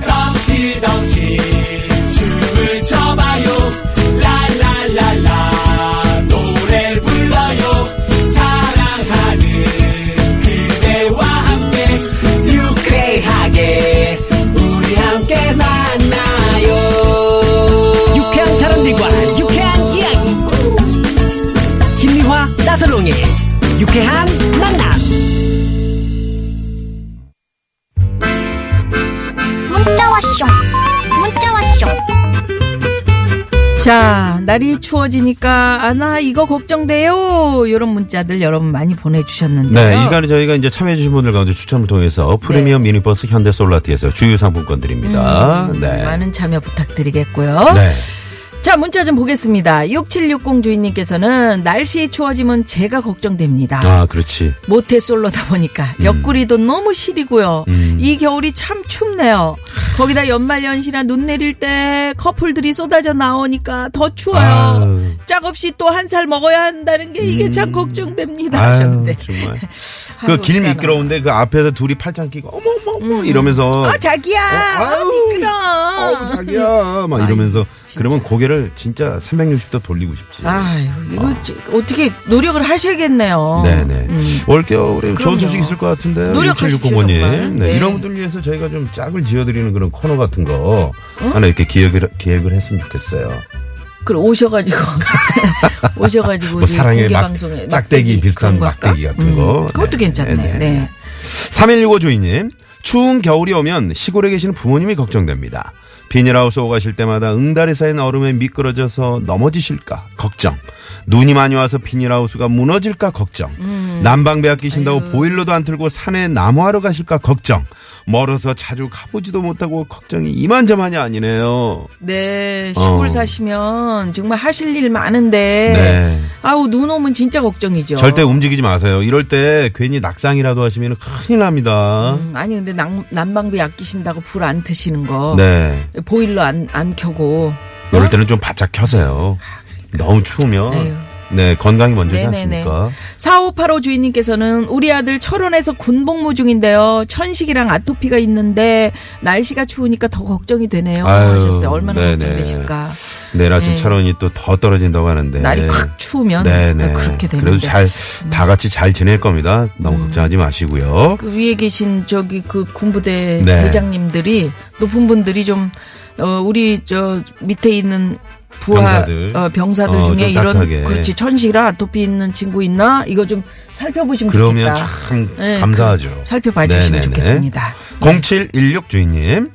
덩치덩치 춤을 춰봐요 라라라라 노래를 불러요 사랑하는 그대와 함께 유쾌하게 우리 함께 만나요 유쾌한 사람들과 유쾌한 이야기 김미화 나서롱의 유쾌한 만남 문자 왔쇼 문자 왔쇼 자, 날이 추워지니까 아나 이거 걱정돼요. 이런 문자들 여러분 많이 보내주셨는데요. 네, 이 시간에 저희가 이제 참여해주신 분들 가운데 추첨을 통해서 네. 프리미엄 미니버스 현대솔라티에서 주유 상품권 드립니다. 네. 음, 많은 참여 부탁드리겠고요. 네. 자, 문자 좀 보겠습니다. 6760 주인님께서는 날씨 추워지면 제가 걱정됩니다. 아, 음. 그렇지. 모태 솔로다 보니까 옆구리도 너무 시리고요. 음. 이 겨울이 참 춥네요. 거기다 연말 연시나 눈 내릴 때 커플들이 쏟아져 나오니까 더 추워요. 아유. 음. 짝 없이 또 한 살 먹어야 한다는 게 이게 참 걱정됩니다. 아유, 하셨는데. 정말. 아이고, 그길 웃잖아. 미끄러운데 그 앞에서 둘이 팔짱 끼고 어머 어머 어머 이러면서 아 자기야 어, 아, 아유. 미끄러. 어우 자기야 막 이러면서 진짜. 그러면 고개를 진짜 360도 돌리고 싶지. 아유 이거 저- 어떻게 노력을 하셔야겠네요. 음, 네네. 올 겨울에 어. 그럼요. 좋은 소식 있을 것 같은데. 노력하십시오, 6760 님. 정말. 네, 네. 이런 분들 위해서 저희가 좀 짝을 지어드리는 그런 코너 같은 거 하나 이렇게 기획을, 기획을 했으면 좋겠어요. 그럼 오셔가지고 오셔가지고 뭐 이제 사랑의 공개 막- 방송에 짝대기 비슷한 그런 거 할까? 막대기 같은 거. 그것도 네. 괜찮네. 네, 네. 네. 3165 주인님, 추운 겨울이 오면 시골에 계시는 부모님이 걱정됩니다. 비닐하우스 오가실 때마다 응달에 쌓인 얼음에 미끄러져서 넘어지실까 걱정. 눈이 많이 와서 비닐하우스가 무너질까 걱정. 음. 난방비 아끼신다고 보일러도 안 틀고 산에 나무하러 가실까 걱정. 멀어서 자주 가보지도 못하고 걱정이 이만저만이 아니네요. 네, 시골 어. 사시면 정말 하실 일 많은데 네. 아우 눈 오면 진짜 걱정이죠. 절대 움직이지 마세요. 이럴 때 괜히 낙상이라도 하시면 큰일 납니다. 음, 아니 근데 난, 난방비 아끼신다고 불 안 트시는 거 네. 보일러 안, 안 켜고 이럴 때는 좀 바짝 켜세요. 너무 추우면 어? 아, 그러니까. 에휴. 네 건강이 먼저지 네네네. 않습니까? 4585 주인님께서는 우리 아들 철원에서 군복무 중인데요. 천식이랑 아토피가 있는데 날씨가 추우니까 더 걱정이 되네요. 아유, 하셨어요. 얼마나 네네. 걱정되실까. 내일 아침 네. 철원이 또 더 떨어진다고 하는데 날이 콱 추우면 네. 아, 네네. 그렇게 되는데. 음. 그래도 잘 다 같이 잘 지낼 겁니다. 너무 걱정하지 마시고요. 그 위에 계신 저기 그 군부대 네. 대장님들이 높은 분들이 좀 어, 우리 저 밑에 있는 부하 병사들. 어, 병사들 어, 중에 좀 이런 따뜻하게. 그렇지 천식이라 아토피 있는 친구 있나 이거 좀 살펴보시면 그러면 좋겠다. 참 네, 감사하죠. 그 살펴봐 주시면 네네네. 좋겠습니다. 0716 주인님.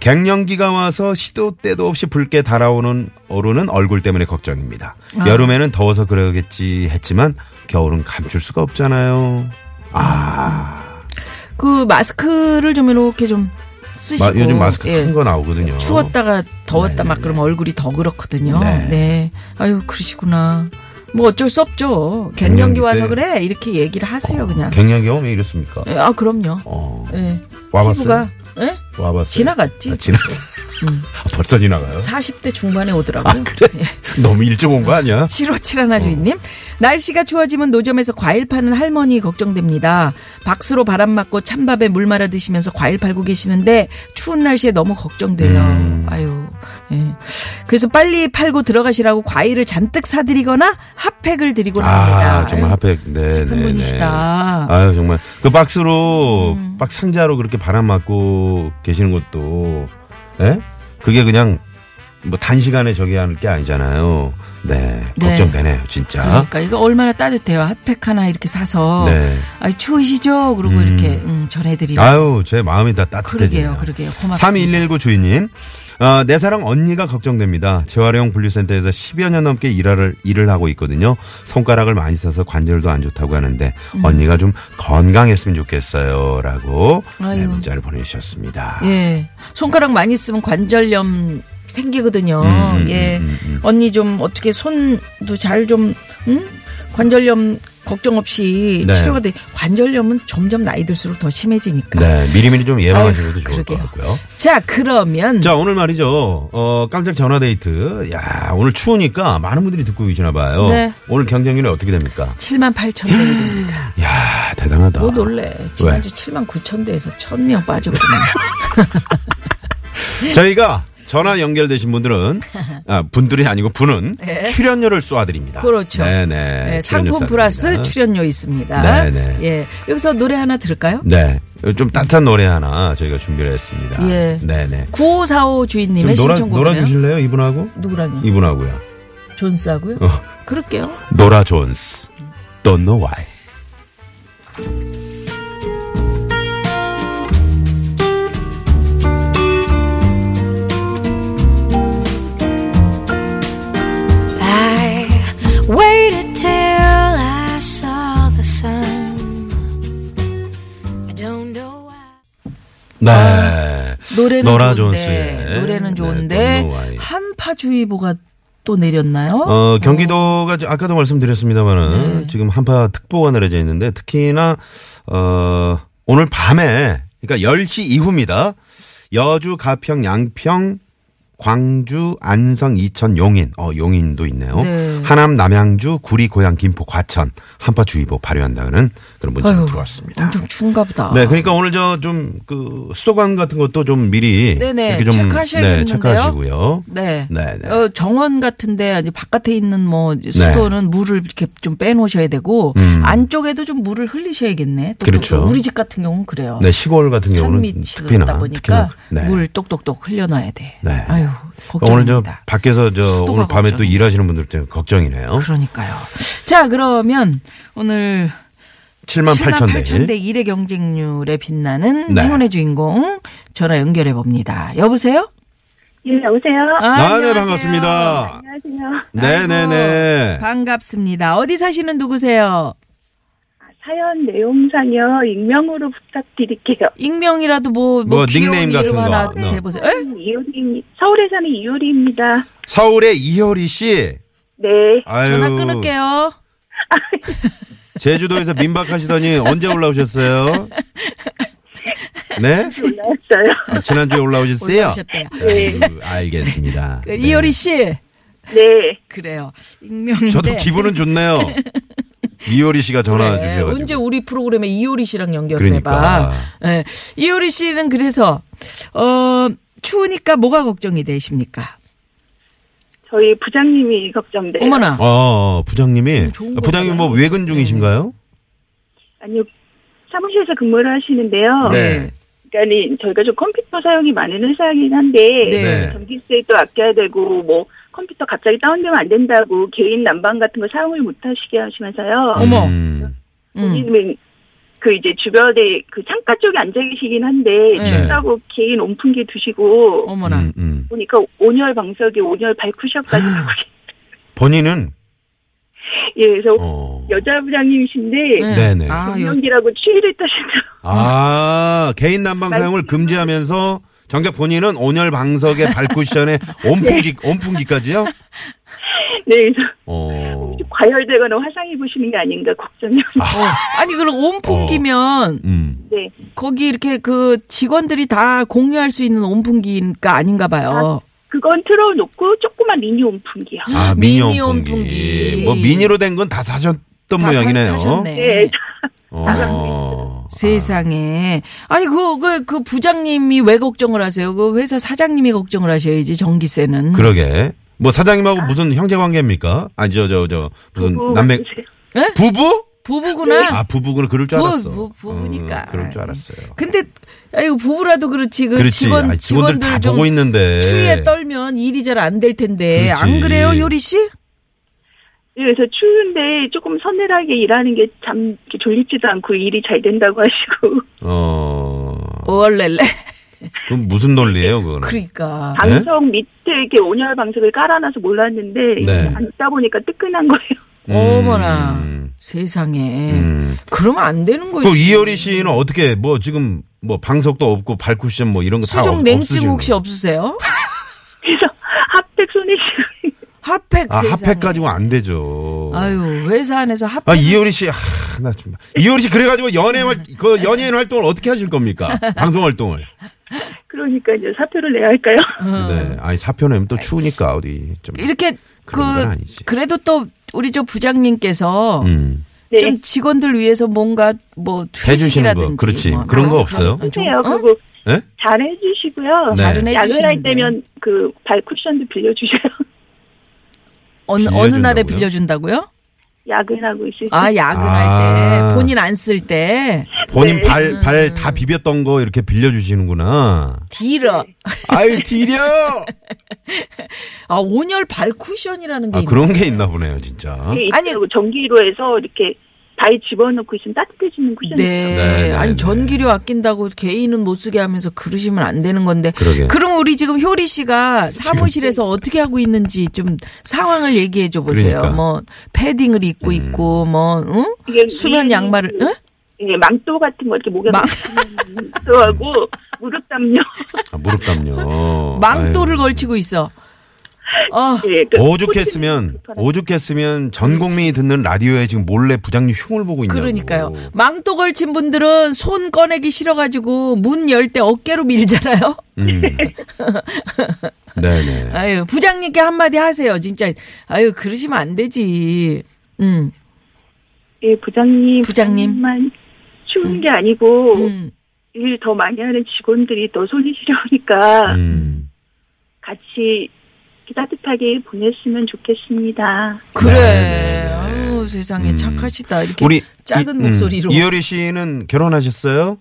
갱년기가 와서 시도 때도 없이 붉게 달아오는 오르는 얼굴 때문에 걱정입니다. 아. 여름에는 더워서 그러겠지 했지만 겨울은 감출 수가 없잖아요. 아, 그 마스크를 좀 이렇게 좀 쓰시고 마- 요즘 마스크 예. 큰 거 나오거든요. 추웠다가 더웠다 네, 막 네, 그러면 얼굴이 더 그렇거든요. 네. 네. 아유 그러시구나. 뭐 어쩔 수 없죠. 갱년기 갱년기 와서 때. 그래 이렇게 얘기를 하세요 그냥. 갱년기 오면 이렇습니까? 예, 아 그럼요. 어, 예. 와봤어요. 피부가 음. 예? 와봤어요. 지나갔지. 아, 지나갔어. 아, 벌써 지나가요. 40대 중반에 아, 오더라고요. 너무 일찍 온 거 아니야? 음. 7571 주인님. 날씨가 추워지면 노점에서 과일 파는 할머니 걱정됩니다. 박스로 바람 맞고 찬밥에 물 말아 드시면서 과일 팔고 계시는데 추운 날씨에 너무 걱정돼요. 음. 아유. 예. 그래서 빨리 팔고 들어가시라고 과일을 잔뜩 사드리거나 핫팩을 드리곤 합니다. 아, 정말 핫팩. 네, 착한 네, 분이시다. 음. 네. 아유, 정말. 그 박스로, 박 상자로 그렇게 바람 맞고 계시는 것도, 예? 그게 그냥, 뭐, 단시간에 저기 하는 게 아니잖아요. 네. 네. 걱정되네요, 진짜. 그러니까 이거 얼마나 따뜻해요. 핫팩 하나 이렇게 사서 네. 아 추우시죠? 그러고 이렇게 음, 전해드리고 아유, 제 마음이 다 따뜻해지네요. 그러게요, 그러게요. 고맙습니다. 3219 주인님. 아, 내 사랑 언니가 걱정됩니다. 재활용 분류센터에서 10여 년 넘게 일을, 일을 하고 있거든요. 손가락을 많이 써서 관절도 안 좋다고 하는데 음. 언니가 좀 건강했으면 좋겠어요. 라고 네, 아유. 문자를 보내주셨습니다. 예. 손가락 많이 쓰면 관절염 생기거든요. 음, 음, 예. 음, 음, 음. 언니 좀 어떻게 손도 잘 좀, 응? 음? 관절염 걱정 없이 네. 치료가 돼 관절염은 점점 나이 들수록 더 심해지니까. 네, 미리미리 좀 예방하시는 것도 아유, 좋을 그러게요. 것 같고요. 자 그러면 자, 오늘 말이죠. 어, 깜짝 전화 데이트. 야, 오늘 추우니까 많은 분들이 듣고 계시나 봐요. 네. 오늘 경쟁률이 어떻게 됩니까? 7만 8천 대 됩니다. 야, 대단하다. 뭐 놀래? 지난주 7만 9천 대에서 1,000명 빠졌구나. 저희가 전화 연결되신 분들은 아, 분들이 아니고 분은 출연료를 쏘아드립니다. 네. 그렇죠. 네네. 네, 출연료 상품 쏴드립니다. 플러스 출연료 있습니다. 네네. 예. 여기서 노래 하나 들을까요? 네, 좀 따뜻한 노래 하나 저희가 준비를 했습니다. 예. 네네. 9545 좀 주인님의 놀아 신청곡이네요. 놀아주실래요 이분하고? 누구랑요? 이분하고요. 존스하고요? 어. 그럴게요. 노라 존스. Don't know why. I waited till I saw the sun. I don't know why. 네. 아, 노래는 노라 좋은데 존스의 노래는 네, 좋은데 Don't Know Why. 한파주의보가 또 내렸나요? 어, 경기도가 지- 아까도 네. 말씀드렸습니다만은 지금 한파 특보가 내려져 있는데 특히나 어, 오늘 밤에 그러니까 10시 이후입니다. 여주, 가평, 양평, 광주, 안성, 이천, 용인. 어, 용인도 있네요. 네. 하남, 남양주, 구리, 고양, 김포, 과천 한파주의보 발효한다는 그런 문자가 아유, 아. 들어왔습니다. 엄청 추운가 보다. 네, 그러니까 오늘 저 좀 그 수도관 같은 것도 좀 미리 네네, 이렇게 좀 체크하셔야겠는데요. 네, 체크하시고요. 네. 네네. 네. 어, 정원 같은데 아니 바깥에 있는 뭐 수도는 물을 이렇게 좀 빼놓으셔야 되고 안쪽에도 좀 물을 흘리셔야겠네. 또 음. 그렇죠. 또 우리 집 같은 경우는 그래요. 네, 시골 같은 산 경우는 밑이다 특히나 보니까 특히나 네. 물 똑똑똑 흘려놔야 돼. 네. 아유 오늘 저 걱정입니다. 밖에서 저 수도가 오늘 밤에 또 걱정이네. 일하시는 분들 때문에 걱정이네요. 그러니까요. 자 그러면 오늘 7만 8천 대. 8,000대 1의 경쟁률에 빛나는 네. 행운의 주인공 전화 연결해 봅니다. 여보세요? 예, 여보세요? 아, 네, 안녕하세요. 반갑습니다. 안녕하세요. 네, 네, 네. 반갑습니다. 어디 사시는 누구세요? 사연 내용상요, 익명으로 부탁드릴게요. 익명이라도 뭐, 뭐 귀여운 닉네임 이름 같은 거. 하나 네. 대보세요. 에? 이효리, 서울에 사는 이효리입니다. 서울의 이효리 씨. 네. 아유. 전화 끊을게요. 제주도에서 민박하시더니 언제 올라오셨어요? 네? 몰랐어요. 아, 지난주에 올라오셨어요? 올라오셨대요. 아유, 알겠습니다. 네. 그 네. 이효리 씨. 네. 그래요. 익명인데. 저도 기분은 좋네요. 이효리 씨가 전화 그래. 주셔가지고. 네, 어, 언제 우리 프로그램에 이효리 씨랑 연결해봐. 그러니까. 예. 이효리 씨는 그래서 어 추우니까 뭐가 걱정이 되십니까? 저희 부장님이 걱정돼요. 어머나. 어, 부장님이 음, 좋은 거 부장님 뭐 같아요. 외근 중이신가요? 아니요. 사무실에서 근무를 하시는데요. 네. 그러니까 저희가 좀 컴퓨터 사용이 많은 회사이긴 한데 네. 전기세도 아껴야 되고 뭐 컴퓨터 갑자기 다운되면 안 된다고 개인 난방 같은 거 사용을 못 하시게 하시면서요. 어머. 음, 음. 본인은 그 이제 주변에 그 창가 쪽에 앉아 계시긴 한데 네. 춥다고 개인 온풍기 두시고 어머나. 음, 음. 보니까 온열 방석에 온열 발쿠션까지 하고 아. 계- 본인은 예 그래서 어. 여자 부장님이신데 네. 네네. 아, 여, 경기라고 추위를 타신다. 아, 개인 난방 사용을 금지하면서 정작 본인은 온열 방석에 발쿠션에 온풍기 온풍기까지요? 네 그래서 어. 과열되거나 화상 입으시는 게 아닌가 걱정이 어, 아니 그럼 온풍기면 음. 네. 거기 이렇게 그 직원들이 다 공유할 수 있는 온풍기니까 아닌가 봐요. 그건 틀어놓고 조그만 미니 온풍기요. 아, 미니 미니 온풍기. 온풍기. 뭐 미니로 된 건 다 사셨던 다 사- 모양이네요. 사셨네. 아. 네. 어. 세상에. 아니 그 그 그 부장님이 왜 걱정을 하세요? 그 회사 사장님이 걱정을 하셔야지 전기세는. 그러게. 뭐 사장님하고 무슨 형제 관계입니까? 아니 저 저 저 무슨 음, 부부 남매 같으세요. 부부? 부부구나. 아, 부부구나 그럴 줄 부- 알았어. 부- 부부니까. 어, 그럴 줄 알았어요. 근데 아이고 부부라도 그렇지 그 그렇지. 직원 아니, 직원들 다 좀 보고 있는데. 추위에 떨면 일이 잘 안 될 텐데 그렇지. 안 그래요 요리 씨? 예, 그래서 추운데 조금 서늘하게 일하는 게 참 졸리지도 않고 일이 잘 된다고 하시고 어. 얼렐레. 그럼 무슨 논리예요, 그거는? 그러니까. 네? 방석 밑에 이렇게 온열 방석을 깔아놔서 몰랐는데 네. 앉다 보니까 뜨끈한 거예요. 음. 어머나 세상에. 음. 그러면 안 되는 거지. 그 이효리 씨는 어떻게 뭐 지금 뭐 방석도 없고 발쿠션 뭐 이런 거 다 수족 없 냉증 혹시 없으세요? 그래서 핫팩 손에 쥐고 핫팩 아, 세상에. 핫팩 가지고 안 되죠. 아이고. 아유 회사 안에서 합. 아, 이효리 씨, 아, 나 정말. 이효리 씨, 그래가지고 연예 활, 그 연예인 활동을 어떻게 하실 겁니까? 방송 활동을. 그러니까 이제 사표를 내야 할까요? 음, 네. 아니, 사표 내면 또 추우니까, 어디 좀. 어. 이렇게 그 그런 건 아니지. 그래도 또 우리 저 부장님께서 음. 네. 좀 직원들 위해서 뭔가 뭐 해주시는 거. 회식이라든지 그렇지. 뭐 그런 거 없어요? 좀, 해요. 어? 그리고 예? 잘 해주시고요. 네. 잘은 야근할 해주시는데. 때면 그 발 쿠션도 빌려주세요. 어느 어느 날에 빌려준다고요? 빌려준다고요? 야근하고 있을 때. 아 야근할 아. 때 본인 안 쓸 네. 때 본인 발, 발 음. 다 비볐던 거 이렇게 빌려주시는구나. 딜러 아이, 디려! 아 온열 발 쿠션이라는 게 아, 있네. 그런 게 있나 보네요, 진짜. 아니. 아니 전기료에서 이렇게 발 집어넣고 있으면 따뜻해지는 쿠션. 네. 네, 네, 아니 네. 전기료 아끼다고 개인은 못 쓰게 하면서 그러시면 안 되는 건데. 그러게. 럼 우리 지금 효리 씨가 사무실에서 어떻게 하고 있는지 좀 상황을 얘기해 줘 보세요. 그러니까. 음. 뭐 패딩을 입고 있고 뭐 응? 이게 수면 위에는 양말을 어, 응? 예, 망토 같은 거 이렇게 목에 망- 걸치는 망토하고 무릎 담요. 아, 무릎 담요. 망토를 아유. 걸치고 있어. 어. 예, 그 오죽했으면 코트는 오죽했으면 전 국민이 듣는 라디오에 지금 몰래 부장님 흉을 보고 있냐고. 그러니까요. 망토 걸친 분들은 손 꺼내기 싫어가지고 문 열 때 어깨로 밀잖아요. 음. 네네. 아유 부장님께 한마디 하세요. 진짜 아유 그러시면 안 되지. 음. 예, 부장님. 부장님. 만 추운 게 아니고 음. 일 더 많이 하는 직원들이 더 손이 아, 시려우니까 음. 같이 이렇게 따뜻하게 보냈으면 좋겠습니다. 그래. 네, 네, 네. 아우 세상에 음. 착하시다. 이렇게 우리 작은 이- 음, 목소리로. 이효리 씨는 결혼하셨어요?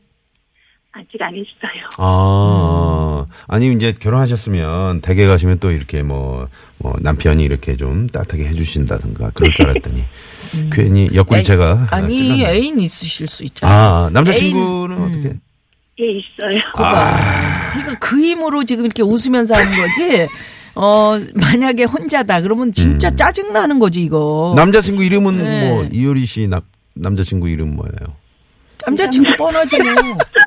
아직 안 했어요. 아 음. 아니 이제 결혼하셨으면 댁에 가시면 또 이렇게 뭐, 뭐 남편이 이렇게 좀 따뜻하게 해주신다든가 그럴 줄 알았더니 괜히 음. 옆구리 에이, 제가 하나 아니 찔렀네. 애인 있으실 수 있잖아. 아 남자친구는 어떻게? 예, 있어요. 그러니까 그 힘으로 지금 이렇게 웃으면서 하는 거지. 어 만약에 혼자다 그러면 음. 진짜 짜증 나는 거지 이거. 남자친구 이름은 어. 네. 뭐 이효리 씨 남, 남자친구 이름 뭐예요? 남자친구 뻔하잖아.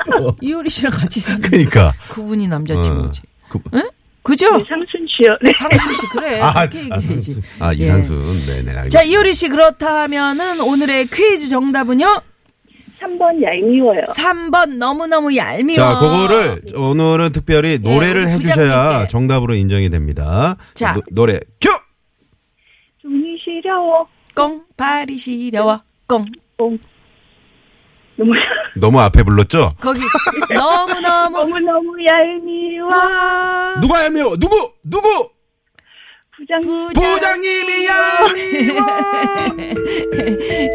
이효리 씨랑 같이 생긴 그러니까 그분이 남자친구지. 어, 그, 응? 그죠? 상순 씨요. 네. 상수 씨 그래. 아, 그렇게 아, 얘기해야지. 아, 예. 이상순. 네, 네, 알겠습니다. 자 이효리 씨 그렇다면은 오늘의 퀴즈 정답은요. 3번 얄미워요. 3번 너무너무 얄미워. 자, 그거를 오늘은 특별히 노래를 아, 네. 예, 우리 해주셔야 부장님께. 정답으로 인정이 됩니다. 자. 노, 노래 큐! 손이 시려워. 어. 꽁파리 시려워 꽁 너무 너무 앞에 불렀죠? 거기 너무너무 너무 너무 얄미워. 와 누가 얄미워? 누구? 누구? 부장님. 부장님이 얄미워!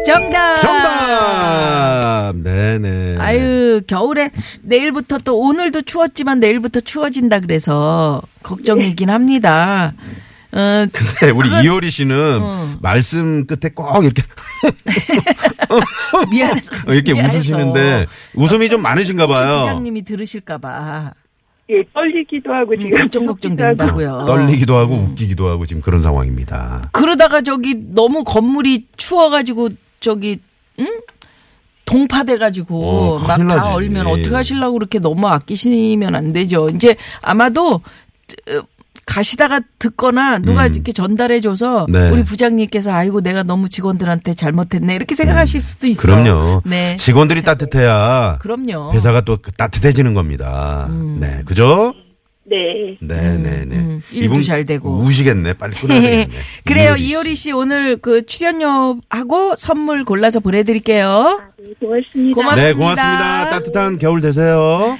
정답 정답! 네네. 아유 겨울에 내일부터 또 오늘도 추웠지만 내일부터 추워진다 그래서 걱정이긴 합니다 어, 네, 우리 이효리 씨는 어. 말씀 끝에 꼭 이렇게 미안해서 어, 이렇게 미안해서. 웃으시는데 웃음이 좀 많으신가 혹시 봐요. 부장님이 들으실까봐 예, 떨리기도 하고 지금 음, 걱정 걱정된다고요 떨리기도 하고 웃기기도 하고 지금 그런 상황입니다. 그러다가 저기 너무 건물이 추워가지고 저기 응? 동파돼가지고 어, 막 큰일 다 나지. 얼면 어떻게 하시려고 그렇게 너무 아끼시면 안 되죠. 이제 아마도 어, 가시다가 듣거나 누가 음. 이렇게 전달해줘서 네. 우리 부장님께서 아이고 내가 너무 직원들한테 잘못했네 이렇게 생각하실 수도 있어요. 음. 그럼요. 네. 직원들이 따뜻해야 그럼요. 회사가 또 따뜻해지는 겁니다. 네, 그죠? 네. 네, 네, 네. 음. 일도 잘 되고. 우시겠네. 빨리 끊어야 되겠네. 그래요. 이효리 씨 오늘 그 출연료하고 선물 골라서 보내드릴게요. 네, 고맙습니다. 고맙습니다. 네, 고맙습니다. 따뜻한 겨울 되세요.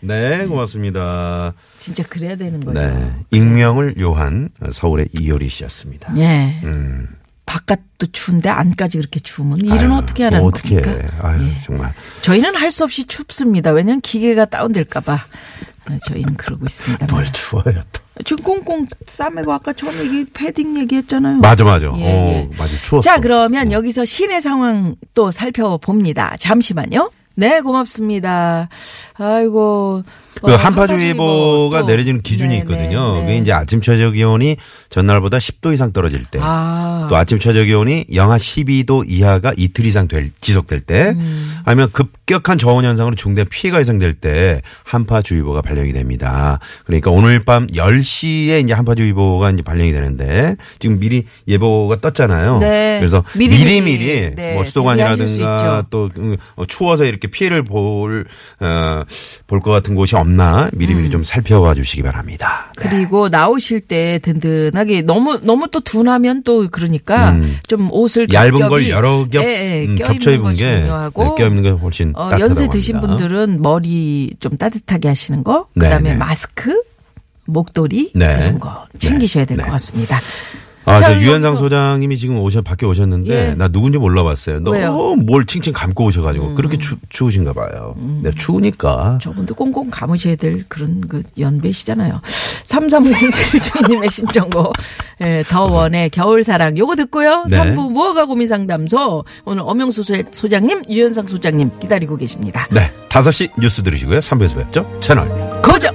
네, 고맙습니다. 진짜 그래야 되는 거죠. 네, 익명을 요한 서울의 이효리 씨였습니다. 예. 음. 바깥도 추운데 안까지 그렇게 추우면 일은 아유, 뭐 어떻게 하라는 어떻게 해. 겁니까? 아유, 예. 정말. 저희는 할 수 없이 춥습니다. 왜냐면 기계가 다운될까봐 어, 저희는 그러고 있습니다. 뭘 추워요, 또. 지금 꽁꽁 싸매고 아까 처음 얘기 패딩 얘기했잖아요. 맞아, 맞아. 예, 어, 예. 맞아. 추웠어. 자 그러면 여기서 시내 상황 또 살펴봅니다. 잠시만요. 네, 고맙습니다. 아이고. 그 어, 한파주의보가 또. 내려지는 기준이 네, 있거든요. 네, 네. 그게 이제 아침 최저 기온이 전날보다 10도 이상 떨어질 때, 아. 또 아침 최저 기온이 영하 12도 이하가 이틀 이상 될, 지속될 때, 음. 아니면 급격한 저온 현상으로 중대 피해가 예상될 때 한파주의보가 발령이 됩니다. 그러니까 오늘 밤 10시에 이제 한파주의보가 이제 발령이 되는데 지금 미리 예보가 떴잖아요. 네. 그래서 미리미리, 미리미리, 네, 뭐 대비하실 수 있죠. 수도관이라든가 또 음, 어, 추워서 이렇게 피해를 볼, 어, 볼 것 같은 곳이 없나 음. 미리미리 좀 살펴봐 주시기 바랍니다. 네. 그리고 나오실 때 든든하게 너무 너무 또 둔하면 또 그러니까 음. 좀 옷을 얇은 겹겹이- 걸 여러 겹그 예, 예, 음, 껴입는 겹쳐 입은 거 게 중요하고 네, 껴 입는 게 훨씬 어, 따뜻하다고 연세 드신 합니다. 분들은 머리 좀 따뜻하게 하시는 거, 네, 그다음에 네. 마스크, 목도리 네. 이런 거 챙기셔야 될 네, 것 네. 같습니다. 아, 자, 저 그럼 유현상 여기서- 소장님이 지금 오셔 밖에 오셨는데 예. 나 누군지 몰라봤어요. 왜요? 음. 너무 뭘 칭칭 감고 오셔가지고 그렇게 추, 추우신가 봐요. 네, 추우니까. 저분도 꽁꽁 감으셔야 될 그런 그 연배시잖아요. 3307 주인님의 신청곡 예, 더원의 겨울사랑 요거 듣고요. 네. 3부 무허가 고민상담소 오늘 엄영수 소- 소장님 유현상 소장님 기다리고 계십니다. 네, 5시 뉴스 들으시고요. 3부에서 뵙죠. 채널 고정